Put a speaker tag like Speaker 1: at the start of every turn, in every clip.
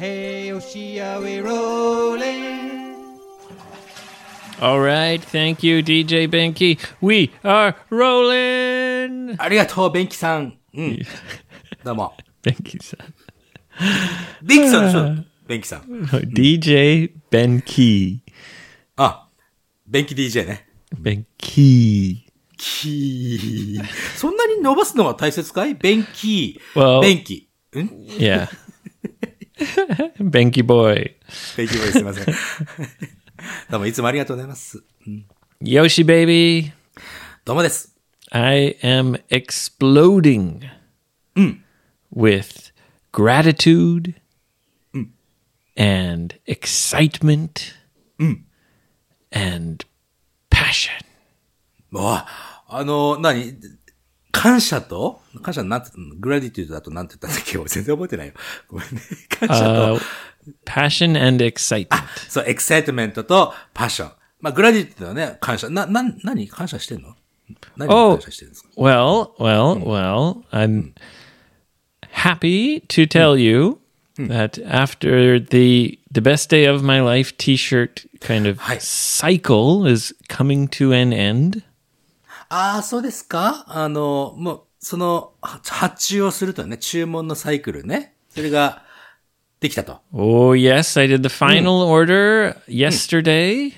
Speaker 1: oh she are we rolling.
Speaker 2: All right, thank you, DJ Benki. We are rolling.
Speaker 1: ありがとう、ベンキさん。うん。どうも。
Speaker 2: Benki さん。
Speaker 1: ベンキさんでしょベンキさん。
Speaker 2: DJ Benki。
Speaker 1: あ、ベンキ DJ ね。
Speaker 2: Benki.
Speaker 1: キー。そんなに伸ばすのが大切かいベンキー。
Speaker 2: Well-
Speaker 1: ベンキ。ん
Speaker 2: Yeah. Benki boy.
Speaker 1: ベンキボーイすいません。 どうもいつもありがとうございます。
Speaker 2: Yoshi baby.
Speaker 1: どうもです。
Speaker 2: I am exploding with gratitude and excitement and passion.
Speaker 1: もう、あの、何感謝と感謝なんて、グラディティュードだとなんて言ったんだっけ俺全然覚えてないよ。ごめんね。感謝と、
Speaker 2: Uh, passion and excitement.
Speaker 1: そう、エクサイトメントとパッション。まあ、グラディティュードはね、感謝。な、な、何感謝してんの何に
Speaker 2: Oh.
Speaker 1: 感謝してるんですか
Speaker 2: Well, well, well, I'm happy to tell you that after the the best day of my life t-shirt kind of
Speaker 1: Hi.
Speaker 2: cycle is coming to an end.
Speaker 1: ああ、そうですかあの、もう、その、は発注をするとね、注文のサイクルね。それが、できたと。
Speaker 2: Oh, yes, I did the final order yesterday.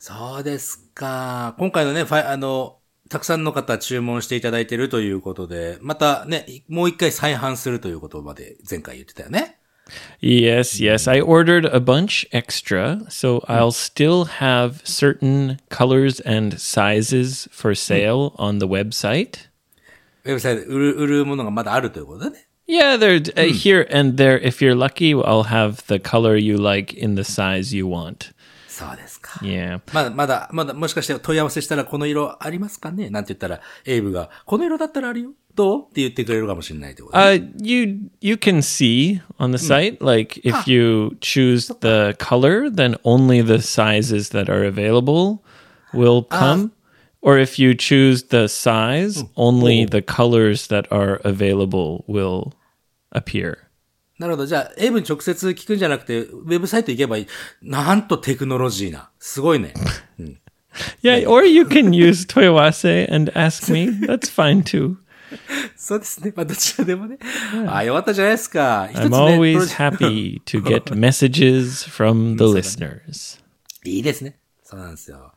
Speaker 1: そうですか。今回のね、ファイあの、たくさんの方注文していただいてるということで、またね、もう一回再販するということまで前回言ってたよね。
Speaker 2: Yes, yes, I ordered a bunch extra, so I'll still have certain colors and sizes for sale on the website.
Speaker 1: ウェブサイトで売る、売るものがまだあるということだね。
Speaker 2: Yeah, they're uh, here and there. If you're lucky, I'll have the color you like in the size you want.
Speaker 1: そうですか。
Speaker 2: Yeah.
Speaker 1: まだ、まだ、まだ、もしかして問い合わせしたらこの色ありますかねなんて言ったら、エイブが、この色だったらあるよ。どうって言ってくれるかもしれないってことね、
Speaker 2: Uh, you you can see on the site like if you choose the color, then only the sizes that are available will come. Or if you choose the size, only the colors that are available will appear.
Speaker 1: なるほど。じゃあ、エイブに直接聞くんじゃなくて、ウェブサイト行けばいい。なんとテクノロジーな。すごいね。
Speaker 2: Yeah, or you can use Toyowase and ask me. That's fine too.
Speaker 1: そうですね。まあ、どちらでもね。ああ、よかったじゃないですか。一つ
Speaker 2: I'm
Speaker 1: ね、プロ
Speaker 2: always
Speaker 1: ジ ェ
Speaker 2: happy to get messages from the listeners.
Speaker 1: いいですね。そうなんですよ。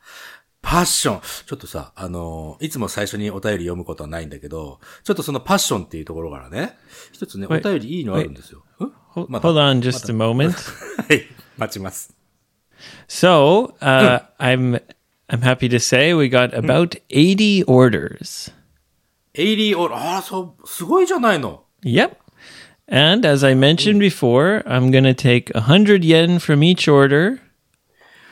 Speaker 1: パッション。ちょっとさ、あのーいつも最初にお便り読むことはないんだけど、ちょっとそのパッションっていうところからね、一つね、お便りいいのあるんですよ。ん
Speaker 2: Hold,
Speaker 1: まだ
Speaker 2: hold on just a moment.
Speaker 1: はい。待ちます。
Speaker 2: So uh, I'm I'm happy to say we got about 80 orders.
Speaker 1: エイリーオール、ああ、そう、すごいじゃないの。
Speaker 2: Yep. And as I mentioned before, I'm gonna take 100 yen from each order,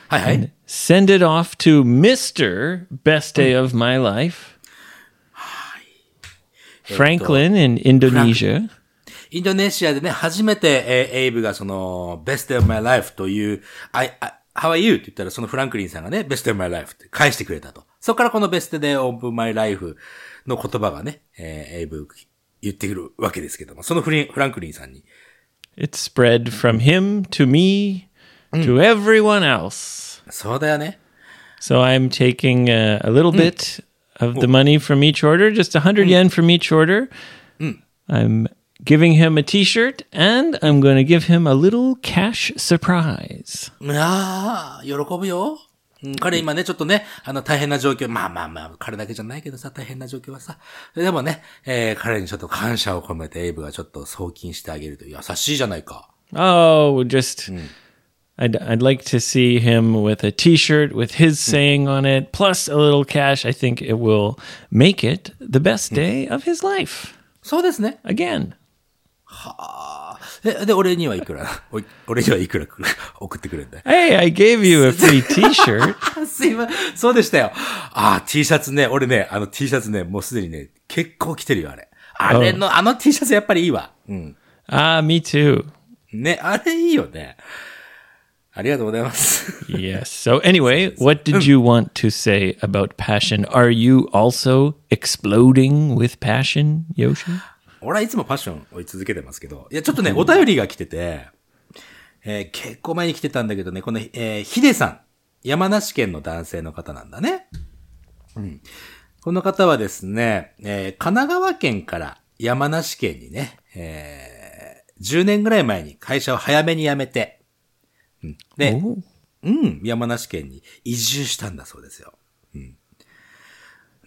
Speaker 1: はいはい。
Speaker 2: send it off to Mister Best Day of My Life, Franklin in Indonesia.
Speaker 1: インドネシアでね、初めて、えーエイブがその、best day of my life という、I, I, how are you? って言ったら、そのフランクリンさんがね、best day of my life って返してくれたと。そこからこの best day of my life の言葉がね、えーエイブ言ってくるわけですけども、そのフリンフランクリンさんに。
Speaker 2: It spread from him to me to everyone else.
Speaker 1: そうだよね。
Speaker 2: So I'm taking a, a little bit of the money from each order, just 100 yen from each order. I'm giving him a t shirt and I'm going to give him a little cash surprise.
Speaker 1: ああ、喜ぶよ。うん彼今ね、ちょっとね、あの、大変な状況、まあまあまあ、彼だけじゃないけどさ、大変な状況はさ。でもね、えー彼にちょっと感謝を込めて、エイブがちょっと送金してあげるという優しいじゃないか。
Speaker 2: Oh, just. I'd, I'd like to see him with a t shirt with his saying on it, plus a little cash. I think it will make it the best day of his life
Speaker 1: そうですね。
Speaker 2: again.
Speaker 1: え、で、俺にはいくら、おい俺にはいくらく る送ってくれんだよ。
Speaker 2: Hey, I gave you a free t shirt.
Speaker 1: すいません。そうでしたよ。あー、T シャツね。俺ね、あの T シャツね、もうすでにね、結構着てるよ、あれ。あれの、あの T シャツやっぱりいいわ。うん。
Speaker 2: ah, me too.
Speaker 1: ね、あれいいよね。ありがとうございます。
Speaker 2: Yes. So, anyway, what did you want to say about passion? Are you also exploding with passion, Yoshi?
Speaker 1: 俺はいつもパッション追い続けてますけど、いや、ちょっとね、お便りが来てて、えー結構前に来てたんだけどね、この、えーヒデさん。山梨県の男性の方なんだね。うん。この方はですね、えー神奈川県から山梨県にね、えー10年ぐらい前に会社を早めに辞めて、うん、で、
Speaker 2: Oh.
Speaker 1: うん、山梨県に移住したんだそうですよ。うん。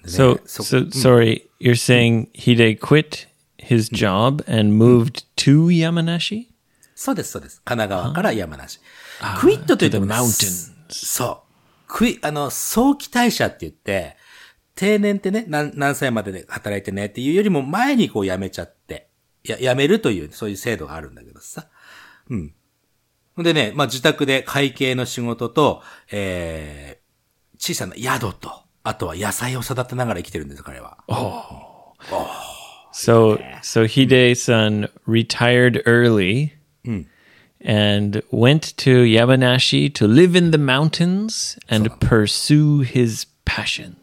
Speaker 2: So,
Speaker 1: でねそ
Speaker 2: so sorry, you're saying Hide quit his job and moved to Yamanashi?
Speaker 1: そうです、そうです。神奈川から山梨。クイットというと
Speaker 2: to the
Speaker 1: ね
Speaker 2: mountains
Speaker 1: そう。クイ、あの、早期退社って言って、定年ってね、何何歳までで働いてねっていうよりも前にこう辞めちゃって、や、辞めるという、そういう制度があるんだけどさ。うん。でね、まあ、自宅で会計の仕事と、えー、小さな宿と、あとは野菜を育てながら生きてるんです、彼は。
Speaker 2: So, so Hide-san retired early and went to Yamanashi to live in the mountains and pursue his passions.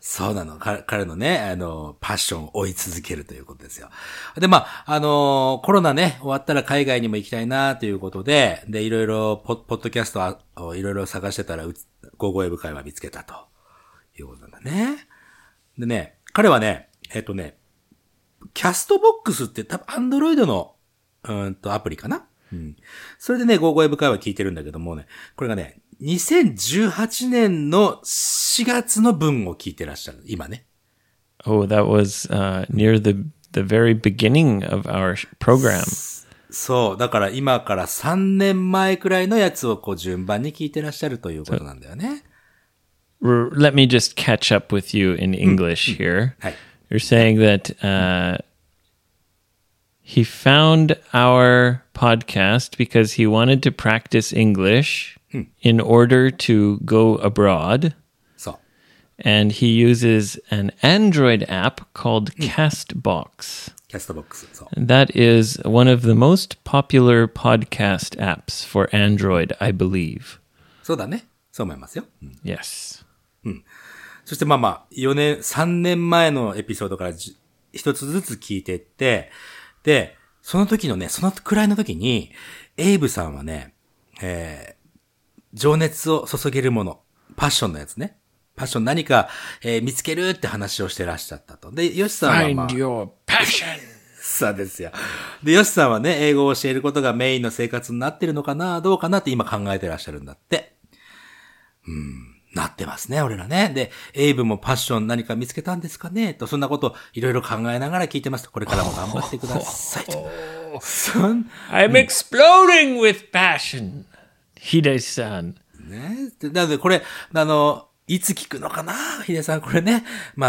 Speaker 1: そうなの。か彼のね、あの、パッションを追い続けるということですよ。で、まあ、あの、コロナね、終わったら海外にも行きたいなということで、で、いろいろポ、ポッドキャストあをいろいろ探してたら、うつゴーゴーエブ会は見つけたと。いうことなんだね。でね、彼はね、えっとね、キャストボックスって多分アンドロイドの、うーんと、アプリかなうん。それでね、ゴーゴーエブ会は聞いてるんだけどもね、これがね、2018年の4月の分を聞いてらっしゃる。今ね。
Speaker 2: Oh, that was uh, near the the very beginning of our sh- program.
Speaker 1: そう。だから今から3年前くらいのやつをこう順番に聞いてらっしゃるということなんだよね。
Speaker 2: R- let me just catch up with you in English here.
Speaker 1: Hi.
Speaker 2: You're saying that uh, he found our podcast because he wanted to practice English in order to go abroad.
Speaker 1: そう。
Speaker 2: And he uses an Android app called Castbox.
Speaker 1: キャストボックス。そう。
Speaker 2: And That is one of the most popular podcast apps for Android, I believe.
Speaker 1: そうだね。そう思いますよ。うん
Speaker 2: Yes.
Speaker 1: そしてまあまあ、4年、3年前のエピソードからじ一つずつ聞いてって、で、その時のね、そのくらいの時に、エイブさんはね、えー情熱を注げるもの、パッションのやつね。パッション何か、えー見つけるって話をしてらっしゃったと。で、ヨシさんは、まあ、
Speaker 2: your passion.
Speaker 1: そうですよ。で、ヨシさんはね、英語を教えることがメインの生活になってるのかな、どうかなって今考えてらっしゃるんだって。うん、なってますね、俺らね。で、エイブもパッション何か見つけたんですかねと、そんなこといろいろ考えながら聞いてますと。これからも頑張ってくださいと。そん
Speaker 2: I'm exploding with passion. Hide-san.
Speaker 1: ね。でなので、これ、あの、いつ聞くのかなヒデさん、これね。ま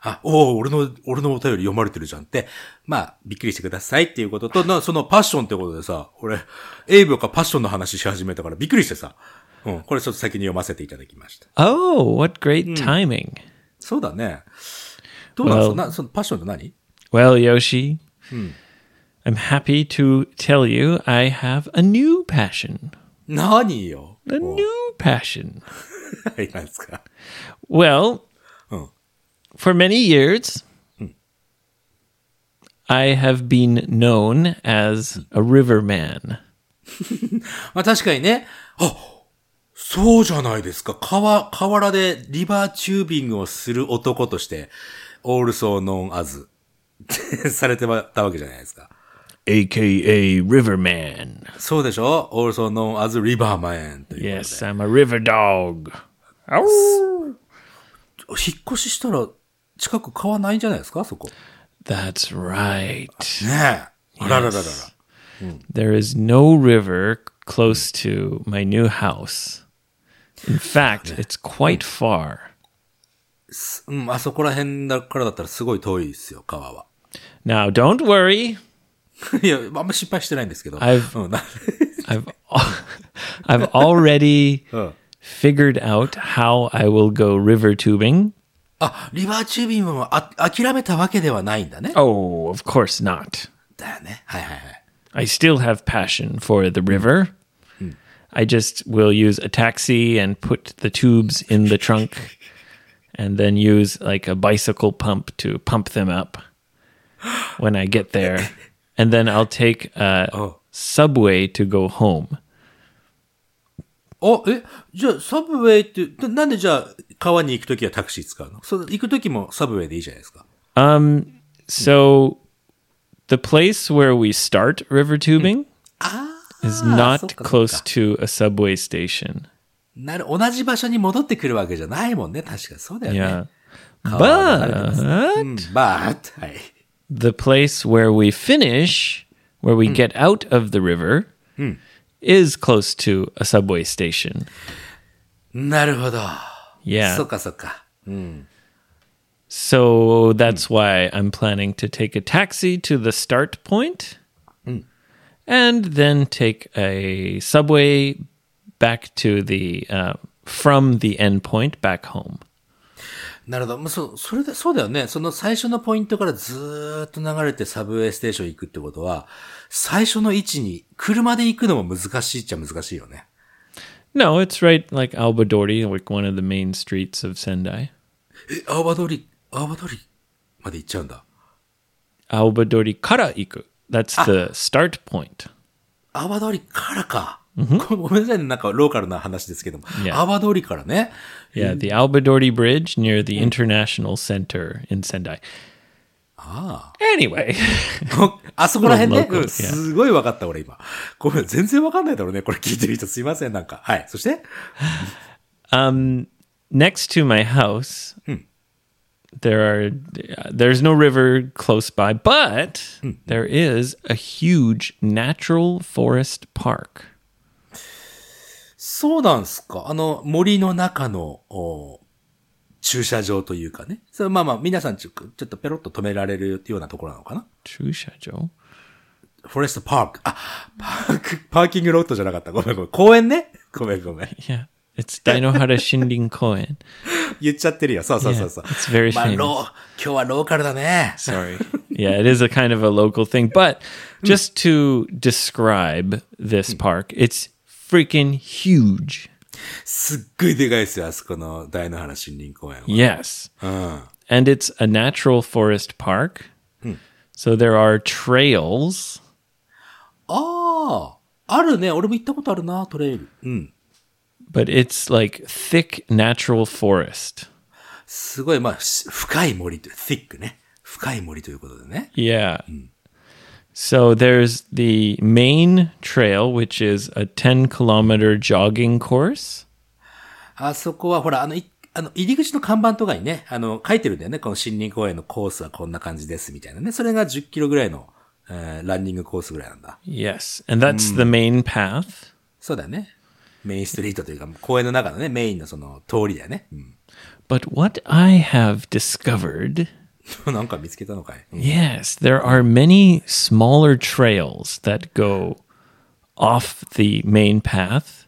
Speaker 1: あ、あ、おお、俺の、俺のお便り読まれてるじゃんって、まあ、びっくりしてくださいっていうことと、なそのパッションってことでさ、俺、エイブがパッションの話し始めたからびっくりしてさ、うん、これちょっと先に読ませていただきました。
Speaker 2: Oh, what great timing.
Speaker 1: そうだね。どうなんです
Speaker 2: Well-
Speaker 1: かなそのパッションって何
Speaker 2: Well, Yoshi, I'm happy to tell you I have a new passion.
Speaker 1: 何よ
Speaker 2: A new passion.
Speaker 1: いなんですか
Speaker 2: Well,
Speaker 1: Oh.
Speaker 2: for many years, Hmm. I have been known as a riverman.
Speaker 1: まあ確かにね、あそうじゃないですか。川、河原でリバーチュービングをする男として、オールソーノンアズ、 されてたわけじゃないですか。
Speaker 2: AKA Riverman.
Speaker 1: そうでしょオールソーノンアズリバーマンという。
Speaker 2: Yes, I'm a river dog. Ow.
Speaker 1: 引っ越ししたら、近く川ないんじゃないですかそこ。
Speaker 2: That's right.
Speaker 1: ねえ。あららららら。
Speaker 2: There is no river close to my new house. In fact, it's quite far.
Speaker 1: うん、あそこら辺だからだったらすごい遠いですよ、川は。
Speaker 2: Now, don't worry.
Speaker 1: いや、あんま失敗してないんですけど。
Speaker 2: I've-
Speaker 1: うん、な
Speaker 2: I've al- I've already
Speaker 1: うん
Speaker 2: figured out how I will go river tubing.
Speaker 1: あ、リバーチュービングもあ諦めたわけではないんだね。
Speaker 2: Oh, of course not.
Speaker 1: だよね。はいはいはい。
Speaker 2: I still have passion for the river. I just will use a taxi and put the tubes in the trunk and then use like a bicycle pump to pump them up when I get there. And then I'll take a
Speaker 1: Oh.
Speaker 2: subway to go home.
Speaker 1: あ、え、じゃあサブウェイって、ななんでじゃあ川に行くときはタクシー使うのそ行くときもサブウェイでいいじゃないですか。
Speaker 2: Um, so the place where we start river tubing is not
Speaker 1: そっか、そっか。
Speaker 2: close to a subway station.
Speaker 1: なる、同じ場所に戻ってくるわけじゃないもんね。確かにそうだよね。
Speaker 2: Yeah.
Speaker 1: 川は流れてますね
Speaker 2: But
Speaker 1: うん、バーはい。
Speaker 2: the place where we finish, where we get out of the river, is close to a subway station.
Speaker 1: なるほど。
Speaker 2: Yeah.
Speaker 1: そっかそっか。
Speaker 2: So that's why I'm planning to take a taxi to the start point and then take a subway back to the uh, from the end point back home.
Speaker 1: なるほど。まあ、そう、それで、そうだよね。その最初のポイントからずーっと流れてサブウェイステーション行くってことは、最初の位置に車で行くのも難しいっちゃ難しいよね。
Speaker 2: No, it's right like Albadori, like one of the main streets of Sendai.
Speaker 1: え、青葉通り、青葉通りまで行っちゃうんだ。
Speaker 2: Albadori Karaiku. That's the start point.
Speaker 1: 青葉通りからか。これごめんなさいね。なんかローカルな話ですけども。
Speaker 2: や
Speaker 1: 青葉通りからね。
Speaker 2: Yeah, the Albadori Bridge near the International Center in Sendai. Ah. Anyway.
Speaker 1: こあそこら辺ね。
Speaker 2: Local,
Speaker 1: うんすごい分かった、俺今。ごめん、全然分かんないだろうね。これ聞いてる人すいません、なんか。はい。そして、
Speaker 2: Um, next to my house, there are there's no river close by, but there is a huge natural forest park.
Speaker 1: そうなんすか。あの、森の中の、お駐車場というかね。それまあまあ、皆さんちょちょっとペロッと止められるようなところなのかな。
Speaker 2: 駐車場?
Speaker 1: フォレストパーク。あ、パーク、パーキングロットじゃなかった。ごめんごめん。公園ね。ごめんごめん。
Speaker 2: Yeah, it's Dainohara Shinrin Koen.
Speaker 1: 言っちゃってるよ。そうそうそうそう。
Speaker 2: Yeah, it's very
Speaker 1: まあ、
Speaker 2: famous.
Speaker 1: ロー、今日はローカルだね。
Speaker 2: Sorry. Yeah, it is a kind of a local thing, but just to describe this park, it's freaking huge.
Speaker 1: すっごいでかいですよ、あそこの大野原森林公園は。
Speaker 2: Yes. And it's a natural forest park. So there are trails.
Speaker 1: ああ、あるね。俺も行ったことあるな、トレイル。うん。
Speaker 2: but it's like thick natural forest.
Speaker 1: すごい、まあ、し深い森と、thick ね。深い森ということでね。
Speaker 2: Yeah. So there's the main trail, which is a 10 kilometer jogging course.
Speaker 1: あそこは、ほら、あの、いあの、入り口の看板とかにね、あの、書いてるんだよね。この森林公園のコースはこんな感じです、みたいなね。それが10キロぐらいの、えーランニングコースぐらいなんだ。
Speaker 2: Yes. And that's the main path.
Speaker 1: そうだよね。メインストリートというか、公園の中のね、メインのその通りだよね。
Speaker 2: But what I have discovered
Speaker 1: うん。 なんか見つけたのかい。うん
Speaker 2: yes, there are many smaller trails that go off the main path.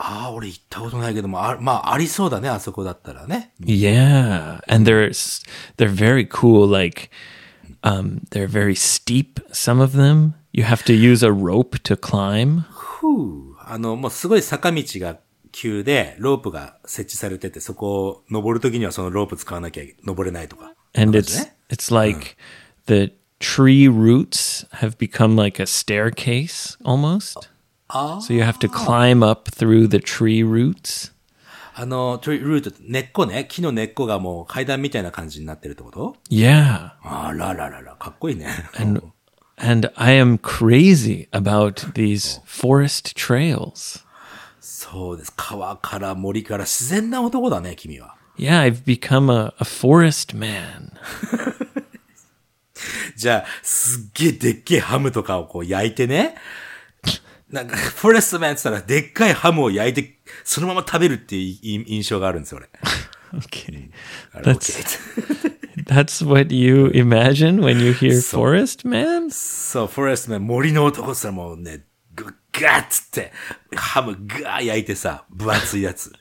Speaker 1: ああ、俺行ったことないけども、あまあ、ありそうだね、あそこだったらね。
Speaker 2: Yeah, and they're s- they're very cool. Like, um, they're very steep. Some of them you have to use a rope to climb.
Speaker 1: ふう。あの、もうすごい坂道が急で、ロープが設置されてて、そこを登るときにはそのロープ使わなきゃ登れないとか。
Speaker 2: And
Speaker 1: そうです
Speaker 2: it's
Speaker 1: ね
Speaker 2: it's like the tree roots have become like a staircase almost. So you have to climb up through the tree roots.
Speaker 1: あの、トリルート、根っこね、木の根っこがもう階段みたいな感じになってるってこと
Speaker 2: Yeah,
Speaker 1: あらららら、かっこいいね。
Speaker 2: and I am crazy about these forest trails.
Speaker 1: そうです。川から森から自然な男だね、君は。
Speaker 2: Yeah, I've become a, a forest man.
Speaker 1: じゃあ、すっげえでっけえハムとかをこう焼いてね。なんか、フォレストマンって言ったら、でっかいハムを焼いて、そのまま食べるっていうい印象があるんですよ、俺。
Speaker 2: Okay.
Speaker 1: あれ
Speaker 2: That's-
Speaker 1: OK って。
Speaker 2: That's what you imagine when you hear forest man?
Speaker 1: そう、フォレストマン、森の男って言ったらもうね、ぐガーッつって、ハムガー焼いてさ、分厚いやつ。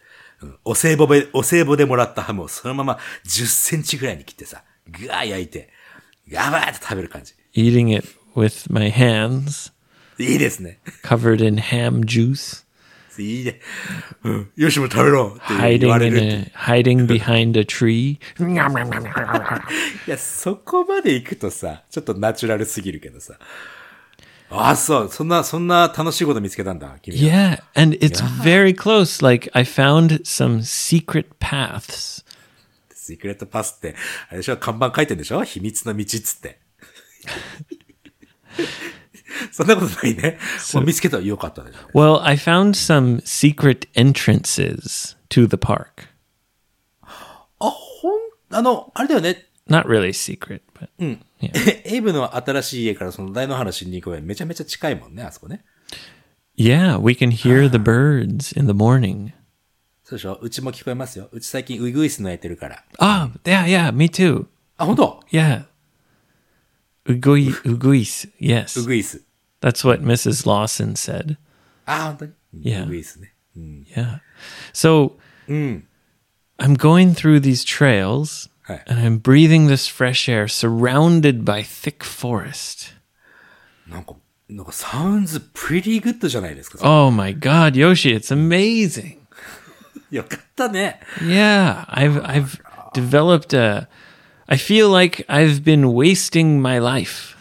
Speaker 1: うんお歳暮で、お歳暮でもらったハムをそのまま10センチぐらいに切ってさ、ガー焼いて、ガバーって食べる感じ。
Speaker 2: Eating it with my hands,
Speaker 1: いいですね。
Speaker 2: covered in ham juice,
Speaker 1: いいね。うん。よしも食べろって言
Speaker 2: hiding
Speaker 1: われ
Speaker 2: in
Speaker 1: るって。
Speaker 2: a hiding behind a tree.
Speaker 1: いや、そこまで行くとさ、ちょっとナチュラルすぎるけどさ。あ、そう。そんな、そんな楽しいこと見つけたんだ、君は。
Speaker 2: Yeah, and it's very close. Like I found some secret paths.
Speaker 1: シークレットパスって、あれでしょ看板書いてんでしょ秘密の道っつ って。そんなことないね。もう見つけたらよかったでしょ。
Speaker 2: Well, I found some secret entrances to the park.
Speaker 1: あ、ほん、あの、あれだよね。
Speaker 2: Not really secret, but yeah.
Speaker 1: エイブの新しい家からその大の原新に行くめちゃめちゃ近いもんね、あそこね。
Speaker 2: Yeah, we can hear the birds in the morning.
Speaker 1: そうでしょうちも聞こえますよ。うち最近ウイグイスのやってるから。
Speaker 2: Ah, yeah, yeah, me too.
Speaker 1: あ、本当
Speaker 2: Yeah. Ugui, uguis,
Speaker 1: ウ
Speaker 2: yes.
Speaker 1: グイス。
Speaker 2: That's what Mrs. Lawson said.
Speaker 1: あ、本当に、
Speaker 2: Yeah.
Speaker 1: ウグイスね。
Speaker 2: Yeah. So I'm going through these trails
Speaker 1: Hi.
Speaker 2: and I'm breathing this fresh air surrounded by thick forest.
Speaker 1: なんか、なんか、サウンズプリティグッドじゃないですか。
Speaker 2: Oh my God, Yoshi, it's amazing.
Speaker 1: よかったね。
Speaker 2: Yeah, I've, I've developed a. I feel like I've been wasting my life.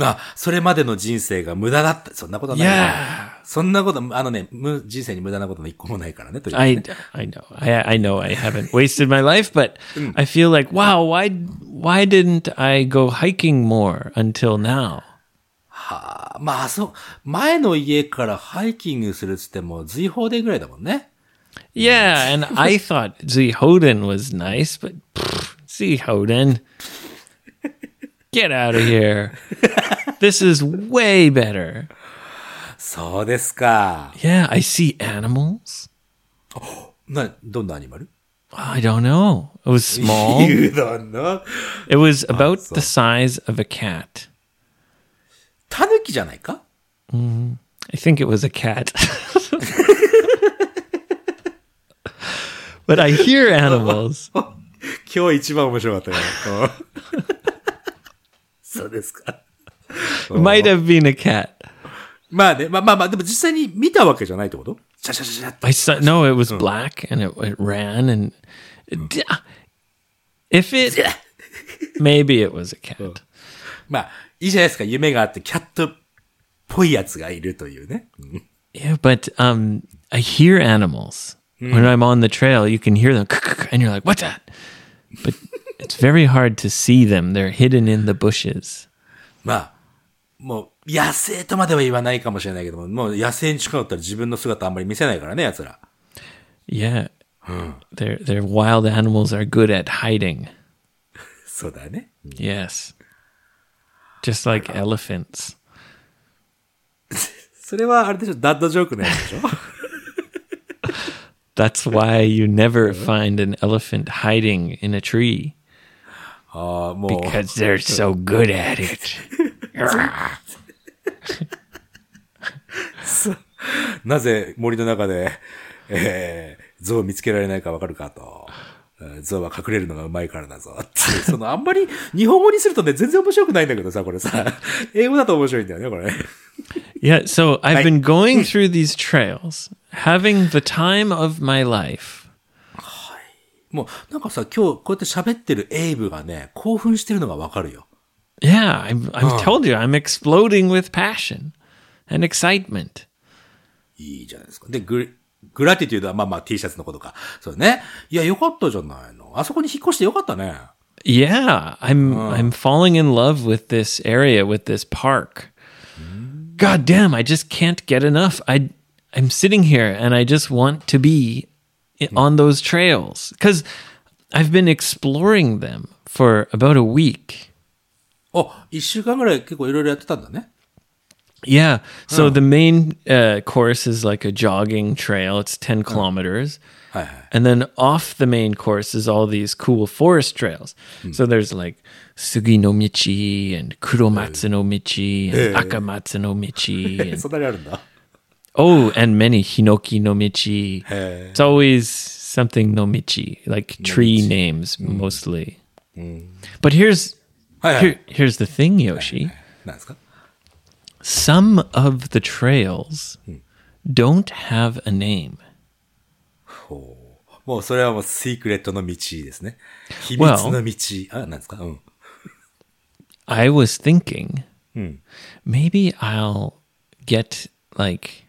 Speaker 1: あ、それまでの人生が無駄だった。そんなことないよ。
Speaker 2: Yeah.
Speaker 1: そんなこと、あのね、む人生に無駄なことの一個もないからね、という。
Speaker 2: I, I know I, I know I haven't wasted my life, but I feel like wow why why didn't I go hiking more until now?
Speaker 1: あまあ、そう、前の家からハイキングするっつっても、随法でぐらいだもんね。
Speaker 2: Yeah, and I thought Zehoden was nice, but pfft, Zehoden, get out of here. This is way better.
Speaker 1: そうですか。
Speaker 2: Yeah, I see animals.
Speaker 1: な、どんなアニマル
Speaker 2: I don't know. It was small.
Speaker 1: ?You don't know.
Speaker 2: It was about the size of a cat.
Speaker 1: タヌキじゃないか
Speaker 2: I think it was a cat. but I hear animals.
Speaker 1: 今日一番面白かったよ。 そうですか。
Speaker 2: It might have been a cat.
Speaker 1: まあね、まあまあまあ、でも実際に見たわけじゃないってことシャシャシャシャって。
Speaker 2: I saw, no, it was black and it, it ran and D- if it maybe it was a cat.
Speaker 1: まあ、いいじゃないですか。夢があって、キャットっぽいやつがいるというね。うん、
Speaker 2: Yeah, but um, I hear animals when I'm on the trail. You can hear them, and you're like, "What's that?" But it's very hard to see them. They're hidden in the bushes.
Speaker 1: まあ、もう、野生とまでは言わないかもしれないけども、もう野生に近かったら自分の姿あんまり見せないからね、奴ら。
Speaker 2: Yeah, their their wild animals are good at hiding.
Speaker 1: そうだね。
Speaker 2: Yes, just like elephants.
Speaker 1: それはあれでしょ、ダッドジョークのやつで しょ
Speaker 2: That's why you never find an elephant hiding in a tree.
Speaker 1: ああ、もう。
Speaker 2: because they're so good at it.
Speaker 1: なぜ森の中で、えー、象を見つけられないかわかるかと。えー象は隠れるのがうまいからだぞ。っていうその、あんまり、日本語にするとね、全然面白くないんだけどさ、これさ。英語だと面白いんだよね、これ。
Speaker 2: Yeah, so I've been going through these trails, having the time of my life.
Speaker 1: もう、なんかさ、今日こうやって喋ってるエイブがね、興奮してるのがわかるよ。
Speaker 2: Yeah, I'm, I've told you, I'm exploding with passion and excitement.
Speaker 1: いいじゃないですか。で、グ、グラティテュードは、まあまあ T シャツのことか。そうね。いや、よかったじゃないの。あそこに引っ越してよかったね。
Speaker 2: Yeah, I'm I'm falling in love with this area, with this park. God damn, I just can't get enough. I I'm sitting here and I just want to be i- on those trails cuz I've been exploring them for about a week.
Speaker 1: あ、一週間ぐらい結構いろいろやってたんだね。
Speaker 2: Yeah. So the main uh, course is like a jogging trail. It's 10 kilometers.
Speaker 1: Hi, hi.
Speaker 2: And then off the main course is all these cool forest trails.
Speaker 1: Hmm.
Speaker 2: So there's like Sugi no Michi and Kuromatsu no Michi and Akamatsu no Michi.
Speaker 1: え
Speaker 2: And,
Speaker 1: そんなにあるんだ。
Speaker 2: oh, and many Hinoki no Michi.
Speaker 1: Hey.
Speaker 2: It's always something no Michi, like tree names mostly. But here's
Speaker 1: Hmm. Hi, hi.
Speaker 2: here, here's the thing, Yoshi.
Speaker 1: なんですか
Speaker 2: Some of the trails don't have a name.
Speaker 1: ほう。もうそれはもうシークレットの道ですね。秘密の道。あ、なんですかうん。
Speaker 2: I was thinking Maybe I'll get like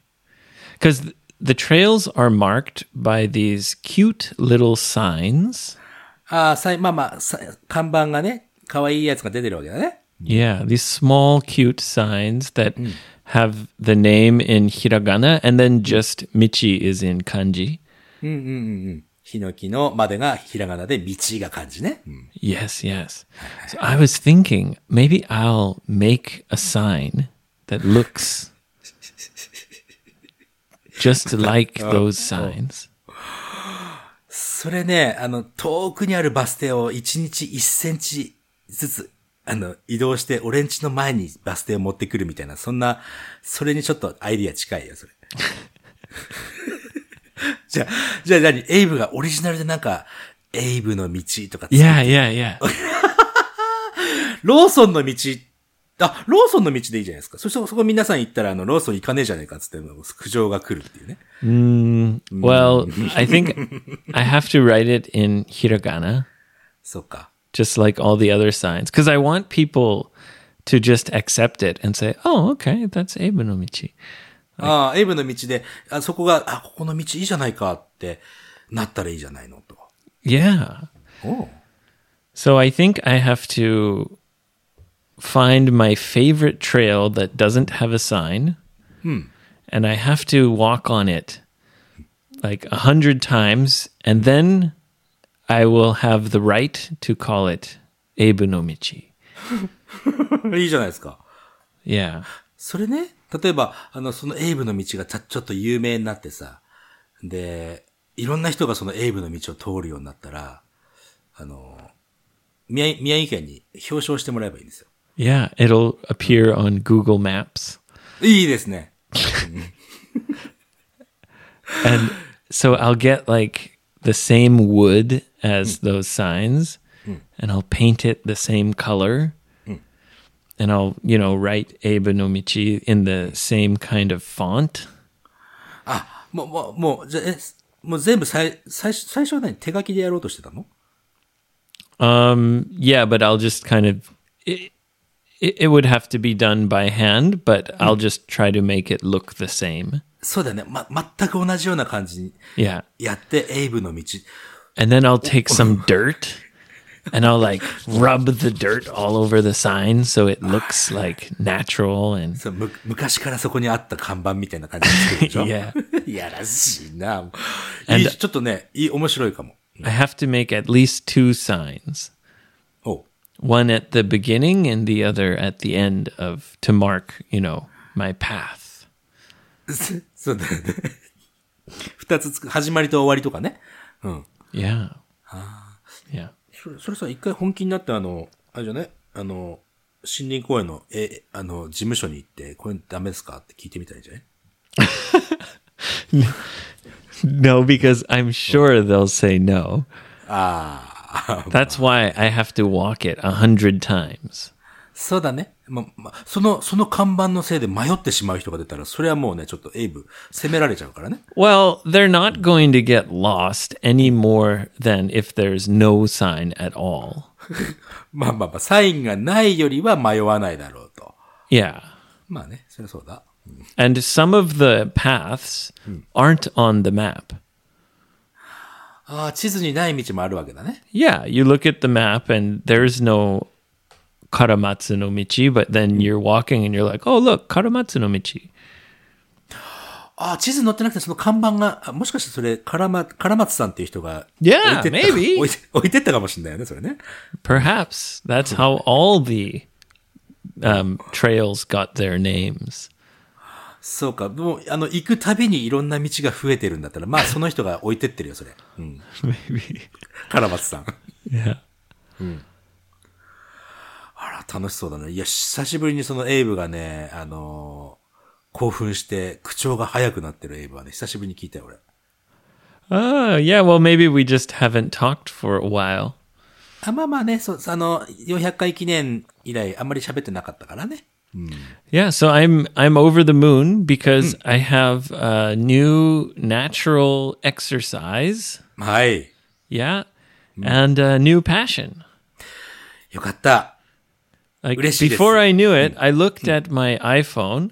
Speaker 2: because the trails are marked by these cute little signs.
Speaker 1: ああ、さい、まあまあ、さ看板がね、可愛いやつが出てるわけだね。
Speaker 2: Yeah, these small cute signs that have the name in hiragana and then just Michi is in kanji.
Speaker 1: ヒノキのまでがひらがなで道が漢字ね。うん
Speaker 2: Yes, yes. So I was thinking maybe I'll make a sign that looks just like those signs.
Speaker 1: それね、あの、遠くにあるバス停を1日1センチずつ、あの、移動して、俺んちの前にバス停を持ってくるみたいな、そんな、それにちょっとアイディア近いよ、それ。じゃあ、じゃあ何エイブがオリジナルでなんか、エイブの道とか、
Speaker 2: Yeah, yeah, yeah.
Speaker 1: ローソンの道、あ、ローソンの道でいいじゃないですか。そしてそこ皆さん行ったら、あの、ローソン行かねえじゃねえかっつって、もう苦情が来るっていうね。
Speaker 2: Well, I think I have to write it in hiragana,
Speaker 1: そうか。
Speaker 2: just like all the other signs, because I want people to just accept it and say, "Oh, okay, that's Eibu no Michi."
Speaker 1: ああ、エイブの道で、あそこが、あ、ここの道いいじゃないかってなったらいいじゃないの と。
Speaker 2: Yeah.
Speaker 1: おう
Speaker 2: So I think I have to find my favorite trail that doesn't have a sign, and I have to walk on it like a hundred times, and then I will have the right to call it Ebunomichi.
Speaker 1: いいじゃないですか。
Speaker 2: Yeah.
Speaker 1: それね、例えば、あの、そのエイブの道がちゃちょっと有名になってさ、で、いろんな人がそのエイブの道を通るようになったら、あの、宮宮城県に表彰してもらえばいいんですよ。
Speaker 2: Yeah, it'll appear on Google Maps.
Speaker 1: いいですね。
Speaker 2: And so I'll get like the same wood as those signs and I'll paint it the same color. And I'll, you know, write Eiba no Michi in the same kind of font.
Speaker 1: あ、もう、もう、もう、じゃ、え、もう全部最、最初、最初は何手書きでやろうとしてたの
Speaker 2: Um, yeah, but I'll just kind of it, it, it would have to be done by hand, but I'll just try to make it look the same.
Speaker 1: そうだよね。ま、全く同じような感じに
Speaker 2: Yeah.
Speaker 1: やって、エイブの道。
Speaker 2: and then I'll take some dirt and I'll like rub the dirt all over the sign so it looks like natural and
Speaker 1: そうむ昔からそこにあった看板みたいな感じで作るでしょ
Speaker 2: いや
Speaker 1: いやらしいな。いい
Speaker 2: And-
Speaker 1: ちょっとね、いい、面白いかも。
Speaker 2: I have to make at least two signs,
Speaker 1: おう
Speaker 2: one at the beginning and the other at the end of to mark, you know, my path.
Speaker 1: そうだよね。二つつく、始まりと終わりとかね。うん。
Speaker 2: Yeah. Yeah.
Speaker 1: それそれさ、一回本気になって、あの、あれじゃねあの、森林公園の、え、あの、事務所に行って、これダメですかって聞いてみたらいいんじゃない
Speaker 2: No, because I'm sure they'll say no.
Speaker 1: ああ。
Speaker 2: That's why I have to walk it a hundred times.
Speaker 1: そうだね。ま、ま、その、その看板のせいで迷ってしまう人が出たら、それはもうね、ちょっとエイブ、責められちゃうからね。
Speaker 2: Well, they're not going to get lost any more than if there's no sign at all.
Speaker 1: まあまあまあ、サインがないよりは迷わないだろうと。
Speaker 2: Yeah.
Speaker 1: まあね、そりゃそうだ。
Speaker 2: And some of the paths aren't on the map.
Speaker 1: ああ、地図にない道もあるわけだね。
Speaker 2: Yeah, you look at the map and there's no Karamatsu no Michi, but then you're walking and you're like, oh, look, Karamatsu no Michi.
Speaker 1: ああ、地図載ってなくて、その看板が、あもしかしてそれ、からま、からまつさんっていう人が、
Speaker 2: Yeah,
Speaker 1: 置いてった
Speaker 2: maybe.
Speaker 1: 置いて置いてったかもしれないよね、それね。
Speaker 2: Perhaps that's how all the um, trails got their names.
Speaker 1: そうか、もう、あの、行くたびにいろんな道が増えてるんだったら、まあ、その人が置いてってるよ、それ。うん。
Speaker 2: Maybe.
Speaker 1: からまつさん。
Speaker 2: Yeah.
Speaker 1: あら、楽しそうだね。いや、久しぶりにそのエイブがね、あのー興奮して、口調が速くなってるエイブはね、久しぶりに聞いたよ、俺。
Speaker 2: Oh, yeah. Well, maybe we just haven't talked for a while.
Speaker 1: あまあまあね、そう、あの、400回記念以来、あんまり喋ってなかったからね。
Speaker 2: Yeah, so I'm I'm over the moon because I have a new natural exercise.
Speaker 1: はい。
Speaker 2: Yeah. And a new passion.
Speaker 1: よかった。
Speaker 2: Like
Speaker 1: 嬉しいです
Speaker 2: before I knew it, I looked at my iPhone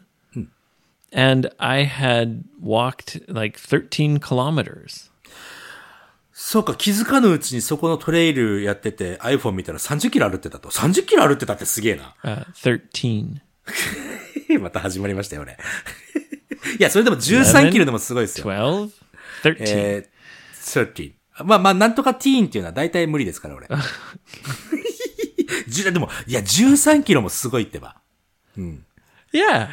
Speaker 2: and I had walked like 13 kilometers.
Speaker 1: そうか、気づかぬうちにそこのトレイルやってて iPhone 見たら30キロ歩ってたと。30キロ歩ってたってすげえな。
Speaker 2: Uh, 13,
Speaker 1: また始まりましたよ、俺。 いや、それでも13キロでもすごいですよ。
Speaker 2: 12, 13.
Speaker 1: えー、13。まあまあ、なんとかティーンっていうのは大体無理ですから、俺。 じゅでも、いや、13キロもすごいってば。
Speaker 2: yeah.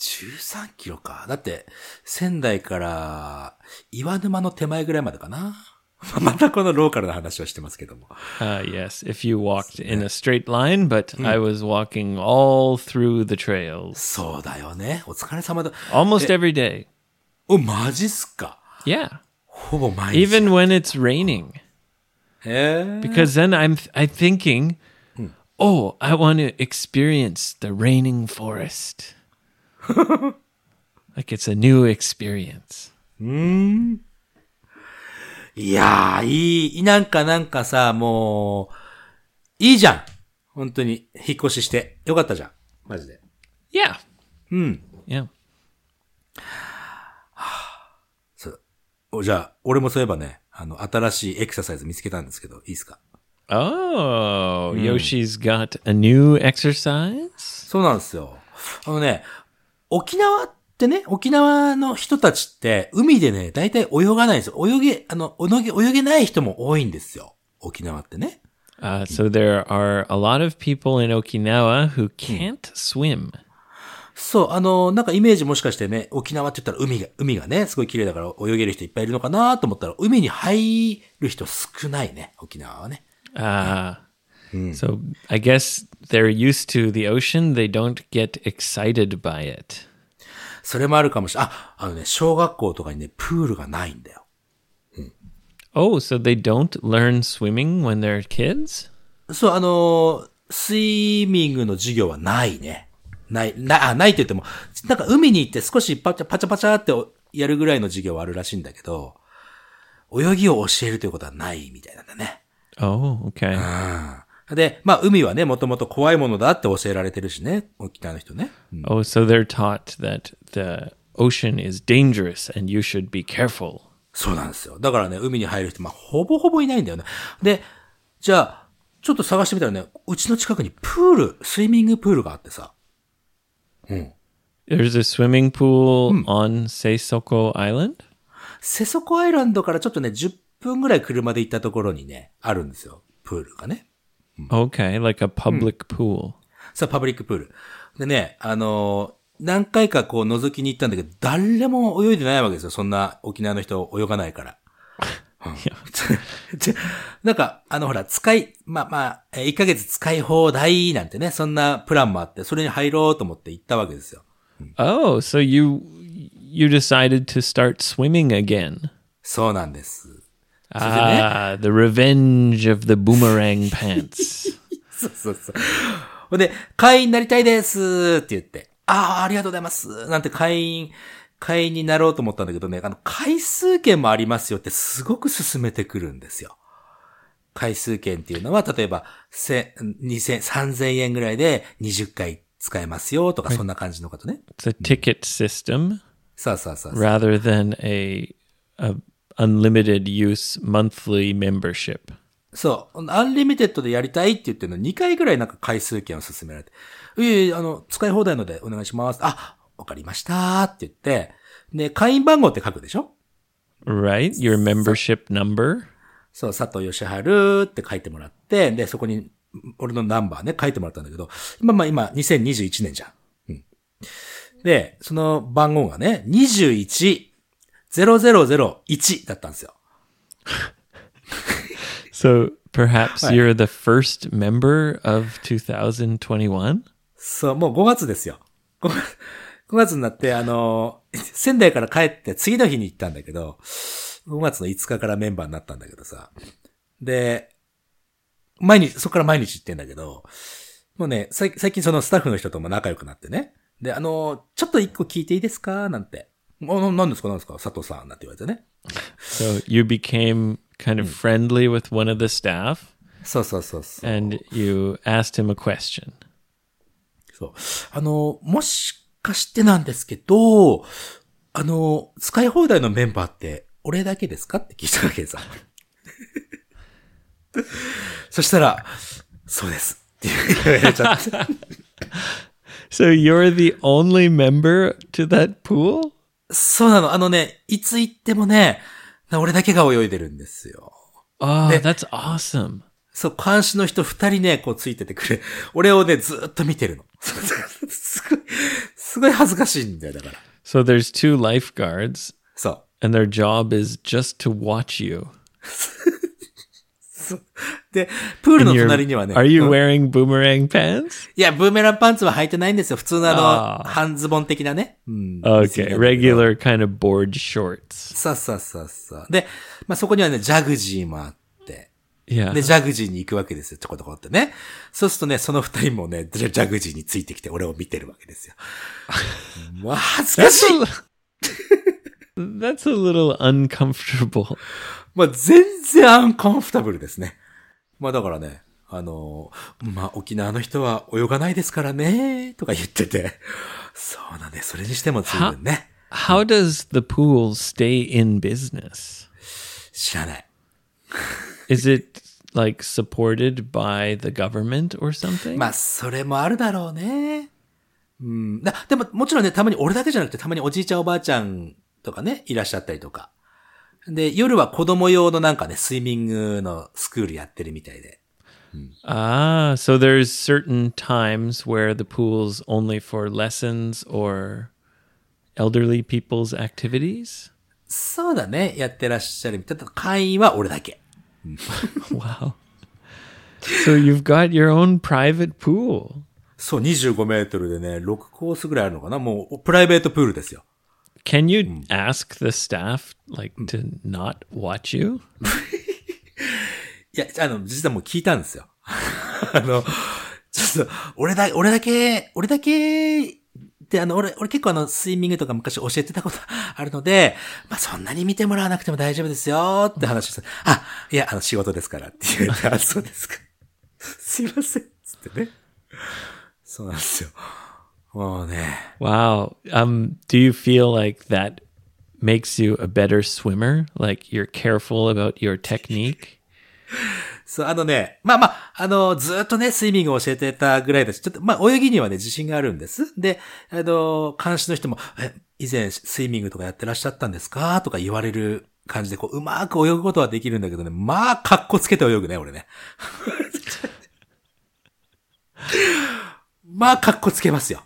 Speaker 1: 13キロか。だって、仙台から岩沼の手前ぐらいまでかな。 またこのローカルな話をしてますけども。
Speaker 2: Uh, yes, if you walked in a straight line, but I was walking all through the trails
Speaker 1: そうだよね。お疲れ様だ。
Speaker 2: almost every day.
Speaker 1: お、マジっすか。
Speaker 2: Yeah.
Speaker 1: ほぼ毎日。
Speaker 2: Even when it's raining.
Speaker 1: えー
Speaker 2: Because then I'm th- I'm thinking, oh, I want to experience the raining forest. like it's a new experience.
Speaker 1: いやー、いい、なんかなんかさ、もう、いいじゃん。本当に、引っ越しして。よかったじゃん。マジで。
Speaker 2: Yeah. Hmm. Yeah.
Speaker 1: そうおじゃあ、俺もそういえばね、あの、新しいエクササイズ見つけたんですけど、いいですか
Speaker 2: Oh, Yoshi's got a new exercise.
Speaker 1: そうなんですよ。あのね、沖縄ってね、沖縄の人たちって、海でね、大体泳がないんですよ。泳げ、あの、泳げ、泳げない人も多いんですよ。沖縄ってね。
Speaker 2: Uh, so there are a lot of people in Okinawa who can't swim.
Speaker 1: そう、あの、なんかイメージもしかしてね、沖縄って言ったら海が、海がね、すごい綺麗だから泳げる人いっぱいいるのかなと思ったら、海に入る人少ないね、沖縄はね。
Speaker 2: Uh, So I guess they're used to the ocean. They don't get excited by it.
Speaker 1: それもあるかもしれない。あ、あのね、小学校とかにね、プールがないんだよ。
Speaker 2: Oh, so they don't learn swimming when they're kids?
Speaker 1: そう、あの、スイミングの授業はないね。ない、な、あ、ないって言っても、なんか海に行って少しパチャパチャパチャってやるぐらいの授業はあるらしいんだけど、泳ぎを教えるということはないみたいなんだね。
Speaker 2: Oh, okay.
Speaker 1: Um, で、まあ、海はね、もともと怖いものだって教えられてるしね、沖縄の人ね。
Speaker 2: oh, so they're taught that the ocean is dangerous and you should be careful.
Speaker 1: そうなんですよ。だからね、海に入る人、まあ、ほぼほぼいないんだよね。で、じゃあ、ちょっと探してみたらね、うちの近くにプール、スイミングプールがあってさ、
Speaker 2: There's a swimming pool on Seisoko Island.
Speaker 1: 瀬底アイランドからちょっとね、10分ぐらい車で行ったところにね、あるんですよ。プールがね。
Speaker 2: Okay, like a public pool.
Speaker 1: さあ、パブリックプール。でね、あのー何回かこう覗きに行ったんだけど、誰も泳いでないわけですよ。そんな沖縄の人泳がないから。 でなんか、あのほら、使い、まあまあ、えー1ヶ月使い放題なんてね、そんなプランもあって、それに入ろうと思って行ったわけですよ。
Speaker 2: Oh, so you you decided to start swimming again.
Speaker 1: そうなんです。
Speaker 2: Ah, the revenge of the boomerang pants.
Speaker 1: そうそうそう。ほんで、会員になりたいですって言って、ああ、ありがとうございますなんて会員、会員になろうと思ったんだけどね、あの、回数券もありますよってすごく勧めてくるんですよ。回数券っていうのは、例えば、千、二千、三千円ぐらいで20回使えますよとか、そんな感じのことね。
Speaker 2: It's a ticket system.
Speaker 1: さあさあさあさあ。
Speaker 2: rather than a, a unlimited use monthly membership.
Speaker 1: そう。アンリミテッドでやりたいって言ってるの2回ぐらいなんか回数券を勧められて。いえいえ、あの、使い放題のでお願いします。あ、わかりましたって言って、で、会員番号って書くでしょ
Speaker 2: Right? Your membership number.
Speaker 1: そう、佐藤義春って書いてもらって、で、そこに、俺のナンバーね、書いてもらったんだけど、今、まあ今、2021年じゃん。うん。で、その番号がね、21-0001だったんですよ。
Speaker 2: So perhaps you're the first member of 2021.
Speaker 1: そう、もう5月ですよ。5月5月になって、あの、仙台から帰って次の日に行ったんだけど、5月の5日からメンバーになったんだけどさ。で、毎日、そこから毎日行ってんだけど、もうね、さい最近そのスタッフの人とも仲良くなってね。で、あの、ちょっと一個聞いていいですかなんて。あ、ななんですかなんですか佐藤さんなんて言われてね。
Speaker 2: So you became kind of friendly with one of the staff
Speaker 1: そうそうそうそう。
Speaker 2: and you asked him a question.
Speaker 1: そう。あの、もしかしてなんですけど、あの、使い放題のメンバーって、俺だけですかって聞いたわけさ。 そしたら、そうです。って言われちゃって。
Speaker 2: So you're the only member to that pool?
Speaker 1: そうなの。あのね、いつ行ってもね、な俺だけが泳いでるんですよ。
Speaker 2: Oh, that's awesome.
Speaker 1: そう、監視の人二人ね、こうついててくれ。俺をね、ずーっと見てるの。 すごい、すごい恥ずかしいんだよ、だから。
Speaker 2: So there's two lifeguards
Speaker 1: そう。
Speaker 2: and their job is just to watch you.
Speaker 1: そうで、プールの
Speaker 2: You're-
Speaker 1: 隣にはね。
Speaker 2: are you
Speaker 1: うん
Speaker 2: wearing boomerang pants?
Speaker 1: いや、ブーメランパンツは履いてないんですよ。普通のあ
Speaker 2: あー
Speaker 1: の、半ズボン的なね。うん。水着なんだけ
Speaker 2: Okay,
Speaker 1: ど
Speaker 2: regular kind of board shorts.
Speaker 1: さあさあさあさあ。で、まあ、そこにはね、ジャグジーもあって。
Speaker 2: Yeah.
Speaker 1: で、ジャグジーに行くわけですよ、ちょこちょこってね。そうするとね、その二人もね、ジャジャグジーについてきて俺を見てるわけですよ。まあ、恥ずかし
Speaker 2: That's
Speaker 1: い
Speaker 2: a, that's a little uncomfortable.
Speaker 1: まあ、全然アンコンフタブルですね。まあ、だからね、あのーまあ、沖縄の人は泳がないですからね、とか言ってて。そうなんで、それにしても随分ね、
Speaker 2: How does the pool stay in business?
Speaker 1: 知らない。
Speaker 2: Is it like supported by the government or something?
Speaker 1: まあ、それもあるだろうね。うん。だでも、もちろんね、たまに俺だけじゃなくて、たまにおじいちゃんおばあちゃんとかね、いらっしゃったりとか。で、夜は子供用のなんかね、スイミングのスクールやってるみたいで。
Speaker 2: Ah, so there's certain times where the pool's only for lessons or elderly people's activities.
Speaker 1: そうだね、やってらっしゃるみたい。ただ、会員は俺だけ。
Speaker 2: Wow. so you've got your own private pool.
Speaker 1: そう、25メートルでね、6コースぐらいあるのかなもう、プライベートプールですよ。
Speaker 2: Can you ask the staff like to not watch you?
Speaker 1: いや、あの、実はもう聞いたんですよ。 あの、ちょっと、俺だ、俺だけ、俺だけ、で、あの、俺、俺結構あの、スイミングとか昔教えてたことあるので、まあ、そんなに見てもらわなくても大丈夫ですよ、って話をした。あ、いや、あの、仕事ですから、って言って、あ、そうですか。すいません、つってね。そうなんですよ。もうね。
Speaker 2: Wow. Um do you feel like that makes you a better swimmer? Like you're careful about your technique?
Speaker 1: そう、あのね、まあまあ、あの、ずーっとね、スイミングを教えてたぐらいだし、ちょっと、まあ、泳ぎにはね、自信があるんです。で、あの、監視の人も、え、以前、スイミングとかやってらっしゃったんですかとか言われる感じで、こう、うまく泳ぐことはできるんだけどね、まあ、格好つけて泳ぐね、俺ね。 まあ、格好つけますよ。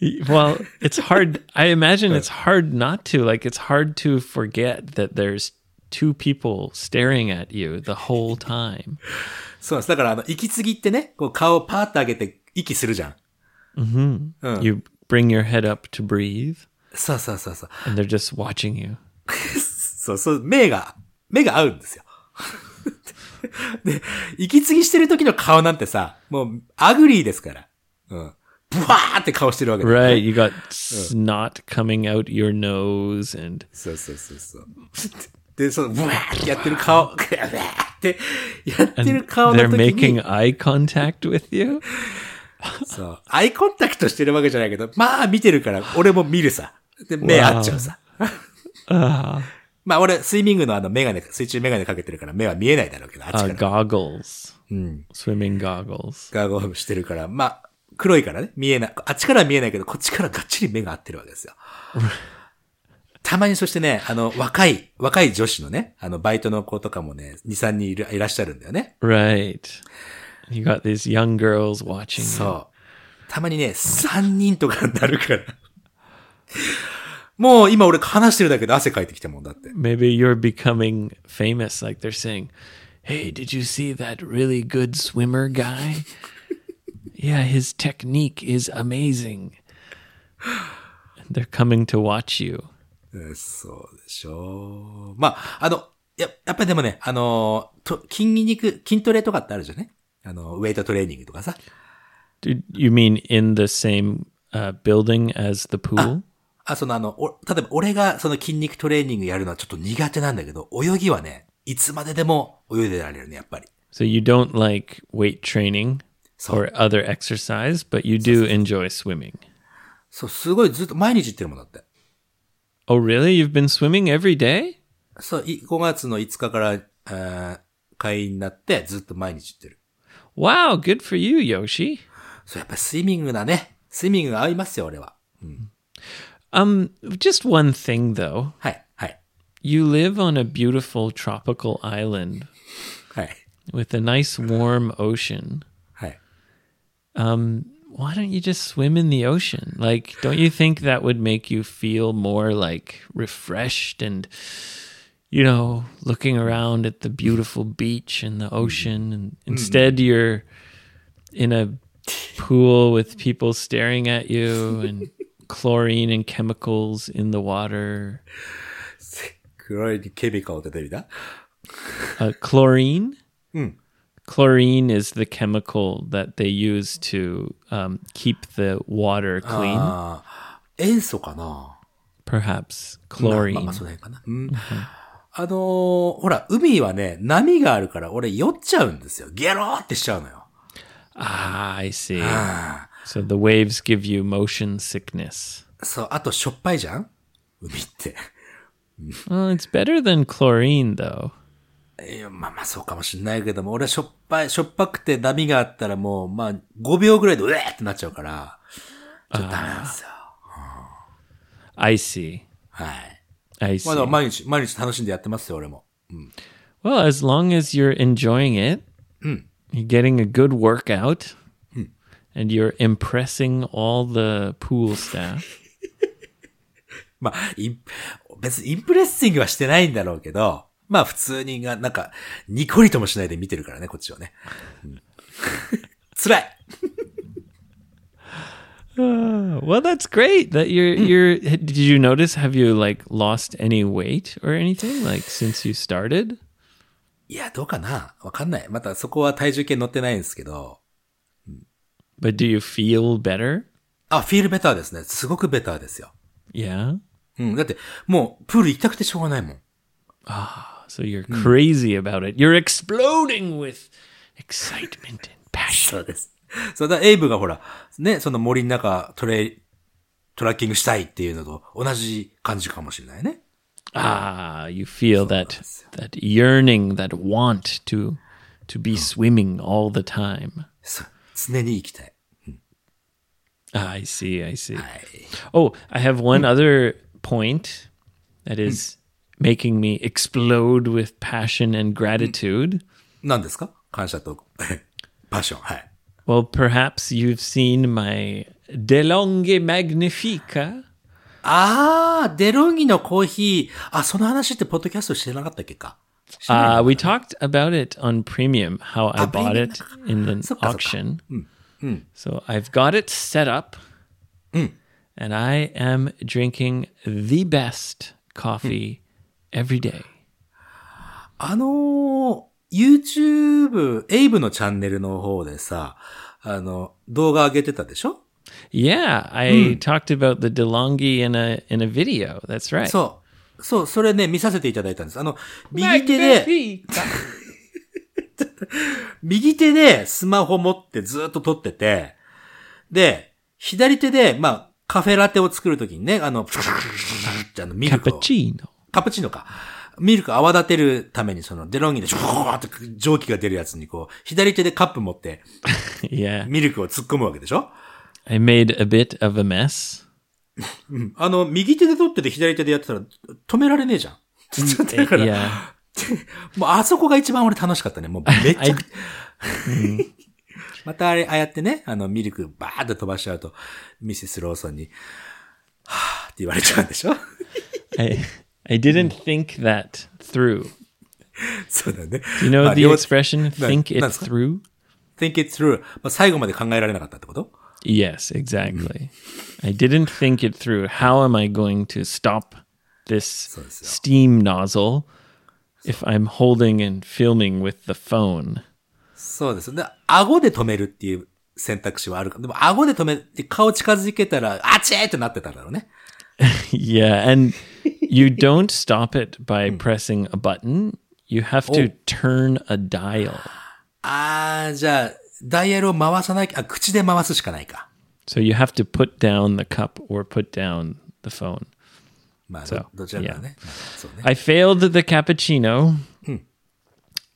Speaker 2: Well, it's hard. I imagine it's hard not to. Like, it's hard to forget that there's two people staring at you the whole time.
Speaker 1: そうなんです。だから、あの、息継ぎってね、こう、顔をパーッと上げて、息するじゃん。
Speaker 2: You bring your head up to breathe,
Speaker 1: そうそうそうそう。
Speaker 2: and they're just watching you.
Speaker 1: そうそう、目が、目が合うんですよ。 で、息継ぎしてる時の顔なんてさ、もう、アグリーですから。うん。ブワーって顔してるわけだよね
Speaker 2: Right. You got snot coming out your nose, and
Speaker 1: そうそうそうそう。で、その、ブワーってやってる 顔、ブワーってやってる顔
Speaker 2: and
Speaker 1: の
Speaker 2: they're
Speaker 1: 時
Speaker 2: making
Speaker 1: に、
Speaker 2: eye contact with you.
Speaker 1: そう、アイコンタクトしてるわけじゃないけど、まあ見てるから、俺も見るさ。で、目合っちゃうさ。 まあ俺、スイミングのあの、メガネ、水中メガネかけてるから目は見えないだろうけど、あっちか
Speaker 2: Uh,
Speaker 1: ら。
Speaker 2: goggles, swimming goggles.
Speaker 1: ガーゴーしてるから、まあ、黒いからね、見えない。あっちからは見えないけど、こっちからがっちり目が合ってるわけですよ。たまにそしてね、あの、若い、若い女子のね、あの、バイトの子とかもね、2、3人いるいらっしゃるんだよね。
Speaker 2: Right. You got these young girls watching. you.
Speaker 1: そう。たまにね、3人とかになるから。もう今俺話してるだけで汗かいてきたもんだって。
Speaker 2: maybe you're becoming famous like they're saying hey did you see that really good swimmer guy yeah his technique is amazing And they're coming to watch you
Speaker 1: うんそうでしょう。まあ、あの、や、やっぱりでもね、あの、と筋肉、筋トレとかってあるじゃんね。あの、ウェイトトレーニングとかさ。
Speaker 2: Do you mean in the same uh, building as the pool
Speaker 1: あ、そのあの、お、例えば俺がその筋肉トレーニングやるのはちょっと苦手なんだけど、泳ぎはね、いつまででも泳いでられるね、やっぱり。
Speaker 2: so you don't like weight training or other exercise, but you do enjoy swimming.
Speaker 1: そう、すごいずっと毎日行ってるもんだって。
Speaker 2: Oh, really? You've been swimming every day?
Speaker 1: そう、い5月の5日から、えー会員になってずっと毎日行ってる。
Speaker 2: Wow, good for you, Yoshi.
Speaker 1: そう、やっぱスイミングだね。スイミングが合いますよ、俺は。
Speaker 2: Um, just one thing though.
Speaker 1: はい、はい、
Speaker 2: You live on a beautiful tropical island
Speaker 1: はい、
Speaker 2: with a nice warm ocean.
Speaker 1: はい。
Speaker 2: Why don't you just swim in the ocean? Like, don't you think that would make you feel more like refreshed and, you know, looking around at the beautiful beach and the ocean? And instead, you're in a pool with people staring at you and chlorine and chemicals in the water.
Speaker 1: 黒いケミカル出てみた
Speaker 2: Uh, chlorine? Chlorine is the chemical that they use to um, keep the water clean.
Speaker 1: 塩素かな
Speaker 2: Perhaps
Speaker 1: まあ
Speaker 2: chlorine.
Speaker 1: まあ、その辺かな。うん。あのーほら、海はね、波があるから俺酔っちゃうんですよ。ゲローってしちゃうのよ。
Speaker 2: Ah, I see. So the waves give you motion sickness.
Speaker 1: そう、あとしょっぱいじゃん海って。
Speaker 2: Well, it's better than chlorine, though.
Speaker 1: いやまあまあそうかもしれないけども、俺はしょっぱい、しょっぱくて波があったらもう、まあ5秒ぐらいでうえーってなっちゃうから、ちょっとダメなんですよ。
Speaker 2: I see.
Speaker 1: はい。
Speaker 2: I
Speaker 1: まあでも
Speaker 2: see.
Speaker 1: 毎日、毎日楽しんでやってますよ、俺も。
Speaker 2: Well, as long as you're enjoying it, you're getting a good workout, and you're impressing all the pool staff.
Speaker 1: まあ、イン別にインプレッシングはしてないんだろうけど、まあ普通にが、なんか、ニコリともしないで見てるからね、こっちはね。うん 辛い
Speaker 2: Uh, well, that's great that you're you're. Did you notice? Have you like lost any weight or anything like since you started?
Speaker 1: いや、どうかなわかんない。またそこは体重計乗ってないんですけど、
Speaker 2: But do you feel better?
Speaker 1: あ、フィールベターですね。すごくベターですよ。
Speaker 2: Yeah.
Speaker 1: うん、だって、もう、プール行きたくてしょうがないもん。
Speaker 2: So you're crazy about it. You're exploding with excitement and passion.
Speaker 1: そうです。そうだ、エイブがほら、ね、その森の中、トレイ、トラッキングしたいっていうのと同じ感じかもしれないね。
Speaker 2: Ah, you feel that that yearning, that want to to be swimming all the time.
Speaker 1: そう。常に行きたい。
Speaker 2: Ah, I see, I see. Oh, I have one other point that is making me explode with passion and gratitude.
Speaker 1: 何ですか感謝と、 パッション。はい。
Speaker 2: Well, perhaps you've seen my DeLonghi Magnifica.
Speaker 1: あー、デロンギのコーヒー。あ、その話ってポッドキャストしてなかったっけか
Speaker 2: Uh, we talked about it on Ah, Premium, how I bought
Speaker 1: Premium.
Speaker 2: it in the
Speaker 1: Suka, suka.
Speaker 2: auction. Hmm. So I've got it set up, Hmm. and I am drinking the best coffee every day.
Speaker 1: あのー、YouTube、エイブのチャンネルの方でさ、あの、動画上げてたでしょ
Speaker 2: Yeah, I talked about the DeLonghi in a in a video. That's right.
Speaker 1: そう。そう、それね、見させていただいたんです。あの、右手で、右手でスマホ持ってずっと撮ってて、で、左手で、まあ、カフェラテを作るときにね、あ の、プルルルルルルルってあのミルクを、
Speaker 2: Cappuccino.
Speaker 1: カプチーノか。ミルク泡立てるために、その、デロンギでシュワーって蒸気が出るやつにこう、左手でカップ持って、
Speaker 2: Yeah,
Speaker 1: ミルクを突っ込むわけでしょ
Speaker 2: I made a bit of a mess.
Speaker 1: あの、右手で撮ってて左手でやってたら、止められねえじゃん。ちょっと だから、
Speaker 2: Yeah.
Speaker 1: もうあそこが一番俺楽しかったね。もうめっちゃくちゃ。 またあれ、ああやってね、あの、ミルクバーって飛ばしちゃうと、ミセスローソンに、はぁーって言われちゃうんでしょ
Speaker 2: I I didn't think that through.
Speaker 1: そうだね。
Speaker 2: Ah, You know
Speaker 1: まあ
Speaker 2: the
Speaker 1: 両
Speaker 2: expression think it
Speaker 1: なんですか
Speaker 2: through?
Speaker 1: think it through. まあ、最後まで考えられなかったってこと
Speaker 2: Yes, exactly. I didn't think it through. How am I going to stop this
Speaker 1: it's-
Speaker 2: steam nozzle if I'm holding and filming with the phone?
Speaker 1: そうです。で、顎で止めるっていう選択肢はあるか。でも、顎で止めて顔近づけたら、あちーってなってたんだろうね。
Speaker 2: yeah, and you don't stop it by pressing a button. You have to turn a dial.
Speaker 1: あー、じゃあ、ダイヤルを回さなきゃ、あ、口で回すしかないか。
Speaker 2: So you have to put down the cup or put down the phone.
Speaker 1: まあ、ど
Speaker 2: So,
Speaker 1: どちらかだね。まあそうね。
Speaker 2: I failed the cappuccino,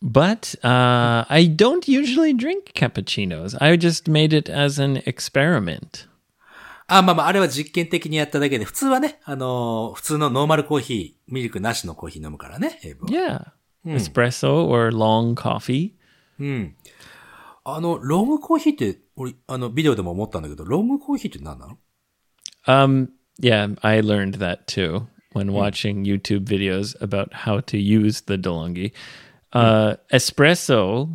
Speaker 2: but uh, I don't usually drink cappuccinos. I just made it as an experiment.
Speaker 1: あ、まあまあ、あれは実験的にやっただけで、普通はね、あのー普通のノーマルコーヒー、ミルクなしのコーヒー飲むからね、エイブは
Speaker 2: Yeah. Espresso or long coffee.
Speaker 1: あの、ロングコーヒーって、俺、あの、ビデオでも思ったんだけど、ロングコーヒーって何なの
Speaker 2: Um, yeah, I learned that too when watching YouTube videos about how to use the DeLonghi. Uh, Espresso,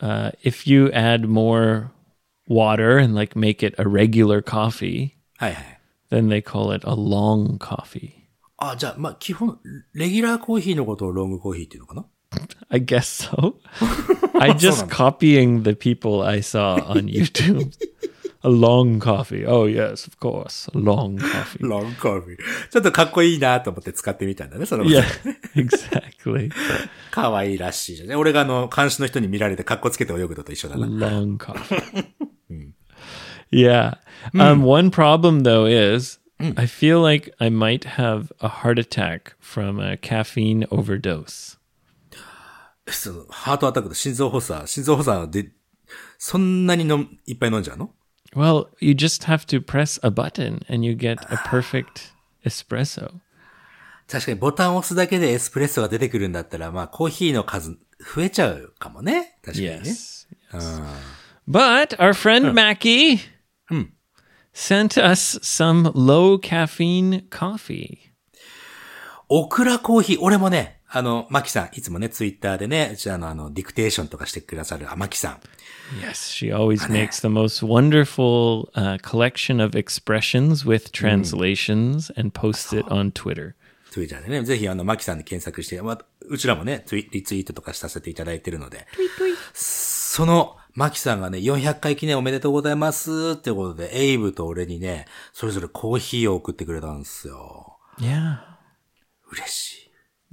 Speaker 2: uh, if you add more water and like make it a regular coffee,
Speaker 1: はいはい。
Speaker 2: then they call it a long coffee.
Speaker 1: あ、じゃあ、まあ、基本、レギュラーコーヒーのことをロングコーヒーっていうのかな
Speaker 2: I guess so. I just copying the people I saw on YouTube. a long coffee. Oh yes, of course. A long coffee.
Speaker 1: ロングコーヒー。ちょっとかっこいいなと思って使ってみたんだね、その。
Speaker 2: Yeah, exactly.
Speaker 1: かわいいらしいじゃんね。俺があの、監視の人に見られて格好つけて泳ぐのと一緒だな。
Speaker 2: long coffee. yeah. Um, one problem though is I feel like I might have a heart attack from a caffeine overdose.
Speaker 1: そのハートアタックと心臓発作、心臓発作で、そんなに飲むいっぱい飲んじゃうの
Speaker 2: Well, you just have to press a button and you get a perfect espresso.
Speaker 1: 確かにボタンを押すだけでエスプレッソが出てくるんだったら、まあコーヒーの数増えちゃうかもね。確かにね。
Speaker 2: Yes. yes. Uh. But our friend Mackie Hmm. sent us some low caffeine coffee.
Speaker 1: オクラコーヒー、俺もね、あの、マキさん、いつもね、ツイッターでね、うちらのあの、ディクテーションとかしてくださる、あ、マキさん。
Speaker 2: Yes, she always makes the most wonderful uh, collection of expressions with translations and posts it on Twitter.
Speaker 1: ツイッターでね、ぜひあの、マキさんで検索して、まあ、うちらもね、ツイリツイートとかさせていただいてるので、その、マキさんがね、400回記念おめでとうございますってことで、エイブと俺にね、それぞれコーヒーを送ってくれたんですよ。
Speaker 2: Yeah.
Speaker 1: 嬉し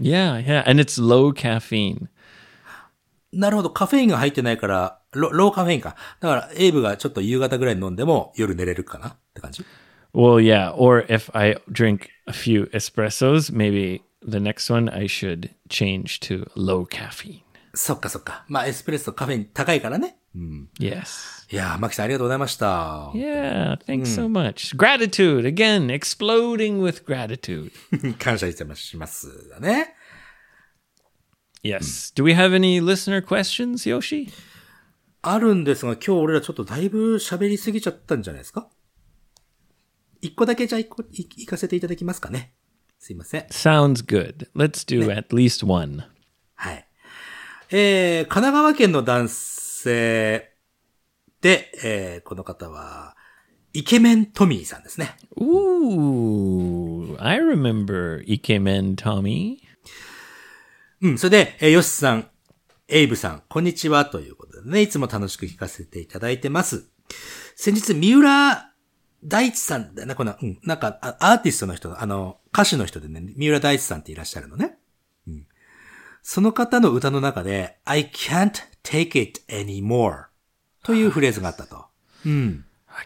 Speaker 2: Yeah, yeah. And it's low caffeine.
Speaker 1: い。なるほど、カフェインが入ってないから、ロローカフェインか。だから、エイブがちょっと夕方ぐらいに飲んでも、夜寝れるかなって感じ
Speaker 2: Well, yeah. Or if I drink a few espressos, maybe the next one I should change to low caffeine.
Speaker 1: そっかそっか。まあ、エスプレッソカフェイン高いからね。
Speaker 2: Yes.
Speaker 1: いやー、マキさんありがとうございま した。
Speaker 2: Yeah, thanks so much. Gratitude. Again, exploding with gratitude.
Speaker 1: 感謝してますします。だね。
Speaker 2: Yes. Do we have any listener questions, Yoshi?
Speaker 1: あるんですが、今日俺らちょっとだいぶ喋りすぎちゃったんじゃないですか一個だけじゃあ一個、い、行かせていただきますかね。すいません。
Speaker 2: Sounds good. Let's do at least one.
Speaker 1: はい。えー、神奈川県の男性で、えー、この方は、イケメントミーさんですね。
Speaker 2: Ooh, I remember Ikemen Tommy.
Speaker 1: うん、それで、えー、ヨシさん、エイブさん、こんにちは、ということでね、いつも楽しく聞かせていただいてます。先日、三浦大知さんだな、この、うん、なんか、あアーティストの人、あの、歌手の人でね、三浦大知さんっていらっしゃるのね。うん。その方の歌の中で、I can't take it anymore というフレーズがあったと。
Speaker 2: I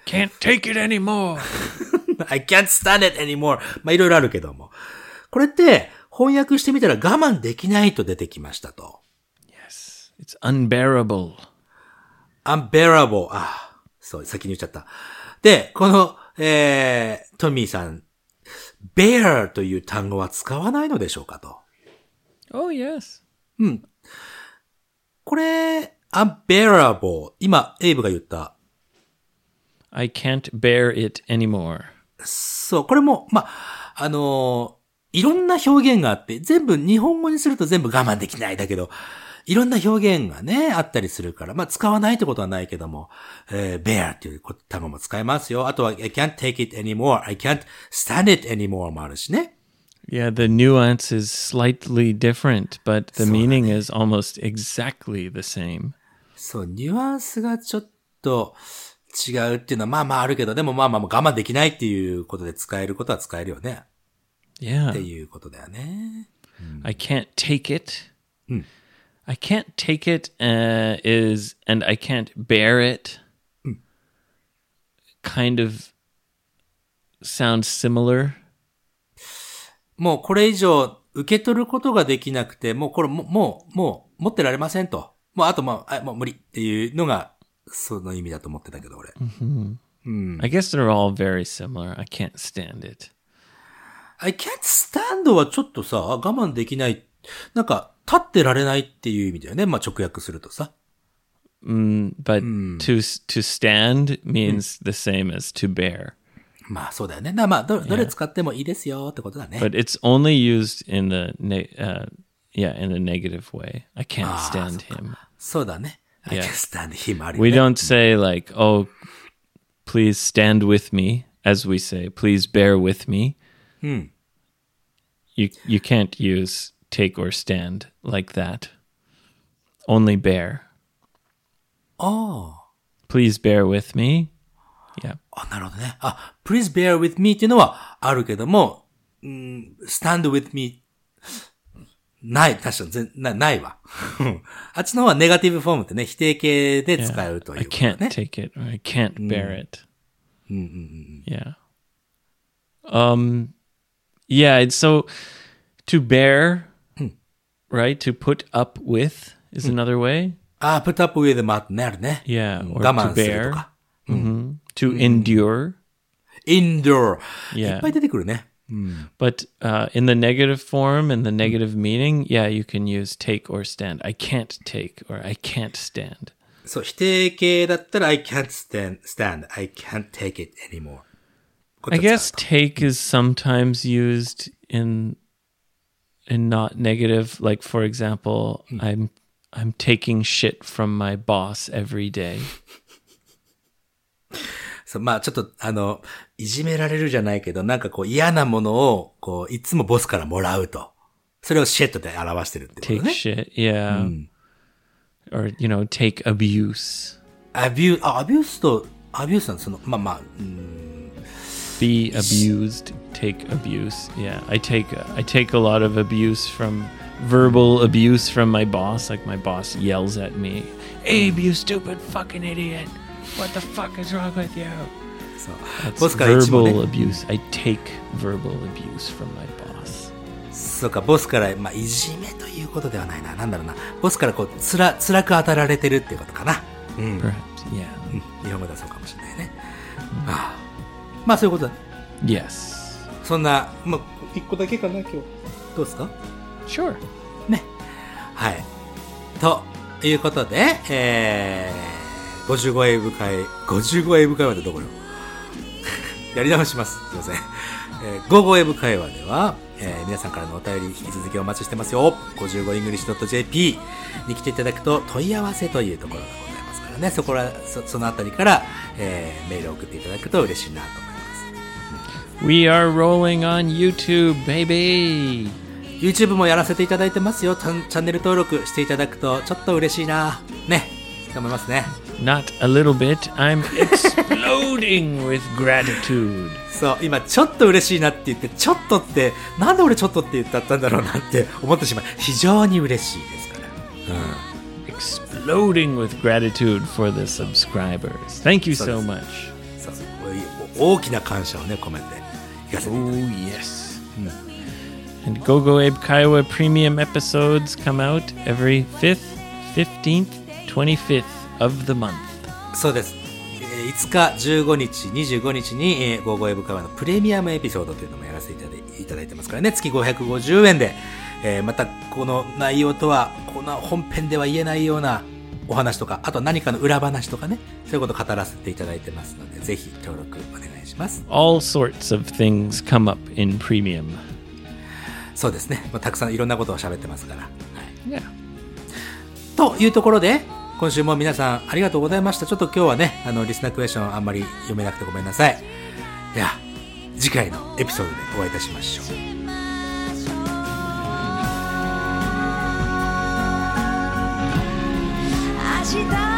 Speaker 2: can't take it anymore.
Speaker 1: I can't stand it anymore. まあ、いろいろあるけども。これって、翻訳してみたら我慢できないと出てきましたと。
Speaker 2: yes, it's unbearable.
Speaker 1: unbearable. ああ、そう、先に言っちゃった。で、この、えー、トミーさん、bear という単語は使わないのでしょうかと。
Speaker 2: Oh, yes.
Speaker 1: これ、unbearable。今、エイブが言った。
Speaker 2: I can't bear it anymore.
Speaker 1: そう、これも、まあ、あのーいろんな表現があって、全部、日本語にすると全部我慢できないだけど、いろんな表現がね、あったりするから、まあ、使わないってことはないけども、えー、bear っていう単語も使えますよ。あとは、I can't take it anymore, I can't stand it anymore もあるしね。
Speaker 2: Yeah, the nuance is slightly different, but the meaning is almost exactly the same.
Speaker 1: そう、ニュアンスがちょっと違うっていうのはまあまああるけど、でもまあまあもう我慢できないっていうことで使えることは使えるよね。っ
Speaker 2: Yeah.
Speaker 1: ていうことだよね。
Speaker 2: I can't take it. I can't take it uh, is and I can't bear it kind of sounds similar.
Speaker 1: もうこれ以上受け取ることができなくて、もうこれも、もう、もう持ってられませんと。もうあとまあ、あもう無理っていうのが、その意味だと思ってたけど、俺。
Speaker 2: I guess they're all very similar. I can't stand it.
Speaker 1: I can't stand はちょっとさ、我慢できない。なんか、立ってられないっていう意味だよね。まあ直訳するとさ。
Speaker 2: But to to stand means the same as to bear.
Speaker 1: まあそうだよね。なまあど、どれ使ってもいいですよってことだね。
Speaker 2: But it's only used in the ne- uh, yeah, in a negative way. I can't stand him.
Speaker 1: そうだね。I can't stand him あるよ
Speaker 2: We
Speaker 1: ね。
Speaker 2: don't say like, "Oh, please stand with me," as we say, "Please bear with me." You you can't use take or stand like that. Only bear.
Speaker 1: あ
Speaker 2: Please bear with me. Yeah.
Speaker 1: あ。あ、なるほどね。あ、please bear with me っていうのはあるけども、うん、stand with me ない、確かに全なないわ。 あっちの方はネガティブフォームってね、否定形で
Speaker 2: Yeah.
Speaker 1: 使うとい
Speaker 2: I
Speaker 1: うことだ
Speaker 2: can't
Speaker 1: ね。
Speaker 2: take it. Or I can't bear it. Yeah. Um, yeah. It's so to bear, right? To put up with is another way.
Speaker 1: ああ、put up with もあなるね。
Speaker 2: Yeah. Or
Speaker 1: 我
Speaker 2: to
Speaker 1: 慢すると
Speaker 2: bear. Mm-hmm.
Speaker 1: か。
Speaker 2: To endure.
Speaker 1: indoor. い
Speaker 2: Yeah.
Speaker 1: っぱい出てくるね。
Speaker 2: But uh, in the negative form, in the negative meaning, yeah, you can use take or stand. I can't take or I can't stand.
Speaker 1: そう、否定形だったら I can't stand, stand, I can't take it anymore.
Speaker 2: I guess take is sometimes used in in not negative. Like for example, I'm I'm taking shit from my boss every day.
Speaker 1: そう、まあちょっと、あの、いじめられるじゃないけど、なんかこう嫌なものを、こう、いつもボスからもらうと。それをシェットで表してるってこと
Speaker 2: Take
Speaker 1: ね。
Speaker 2: shit, yeah. Or you know, take abuse.
Speaker 1: アビュー、あ、アビュースと、アビュースなんその、まあまあ、うん、
Speaker 2: Be abused. Take abuse. Yeah, I take I take a lot of abuse from verbal abuse from my boss. Like my boss yells at me, "Abe, you stupid fucking idiot! What the fuck is wrong with you?"
Speaker 1: そう
Speaker 2: That's
Speaker 1: ボスからいつも
Speaker 2: verbal
Speaker 1: ね、
Speaker 2: abuse. I take verbal abuse from my boss.
Speaker 1: そうか、ボスから、まあ、いじめということではないな。なんだろうな。ボスからこう、つら、辛く当たられてるってことかな。うん。
Speaker 2: Perhaps, yeah.
Speaker 1: 日本語だそうかもしれないね。ああまあそういうことだ。
Speaker 2: Yes.
Speaker 1: そんな、まあ、一個だけかな、今日。どうですか
Speaker 2: Sure.
Speaker 1: はい。ということで、えー、55英語会、55英語会話でどこよ やり直します。すいません。えー、55英語会話では、えー皆さんからのお便り引き続きお待ちしてますよ。55english.jp に来ていただくと問い合わせというところがございますからね。そこら、そそのあたりから、えーメールを送っていただくと嬉しいなと思います。
Speaker 2: We are rolling on YouTube, baby.
Speaker 1: YouTube もやらせていただいてますよ。チャンチャンネル登録していただくとちょっと嬉しいな。ね。頑張りますね。
Speaker 2: Not a little bit. I'm exploding with gratitude.
Speaker 1: そう、今ちょっと嬉しいなって言って、ちょっとって、なんで俺ちょっとって言ったんだろうなって思ってしまう。非常に嬉しいですから。
Speaker 2: Exploding with gratitude for the subscribers. Thank you so
Speaker 1: Sorry.
Speaker 2: much.
Speaker 1: そう、お大きな感謝をね、込めて。いかせて
Speaker 2: Oh, yes. Hmm. And Go Go Abe Kiowa premium episodes come out every 5th, 15th, 25th of the month.
Speaker 1: そうです。えー5日、15日、25日に、えー、ゴーゴーエブカワのプレミアムエピソードというのもやらせていただいいただいてますからね、月550円で、えーまたこの内容とは、この本編では言えないようなお話とか、あと何かの裏話とかね、そういうことを語らせていただいてますので、ぜひ登録お願いします。
Speaker 2: All sorts of things come up in premium.
Speaker 1: そうですね。まあ、たくさんいろんなことを喋ってますから。はい
Speaker 2: Yeah.
Speaker 1: というところで、今週も皆さんありがとうございました。ちょっと今日はね、あの、リスナークエスチョンあんまり読めなくてごめんなさい。いや、次回のエピソードでお会いいたしましょう。
Speaker 3: 明日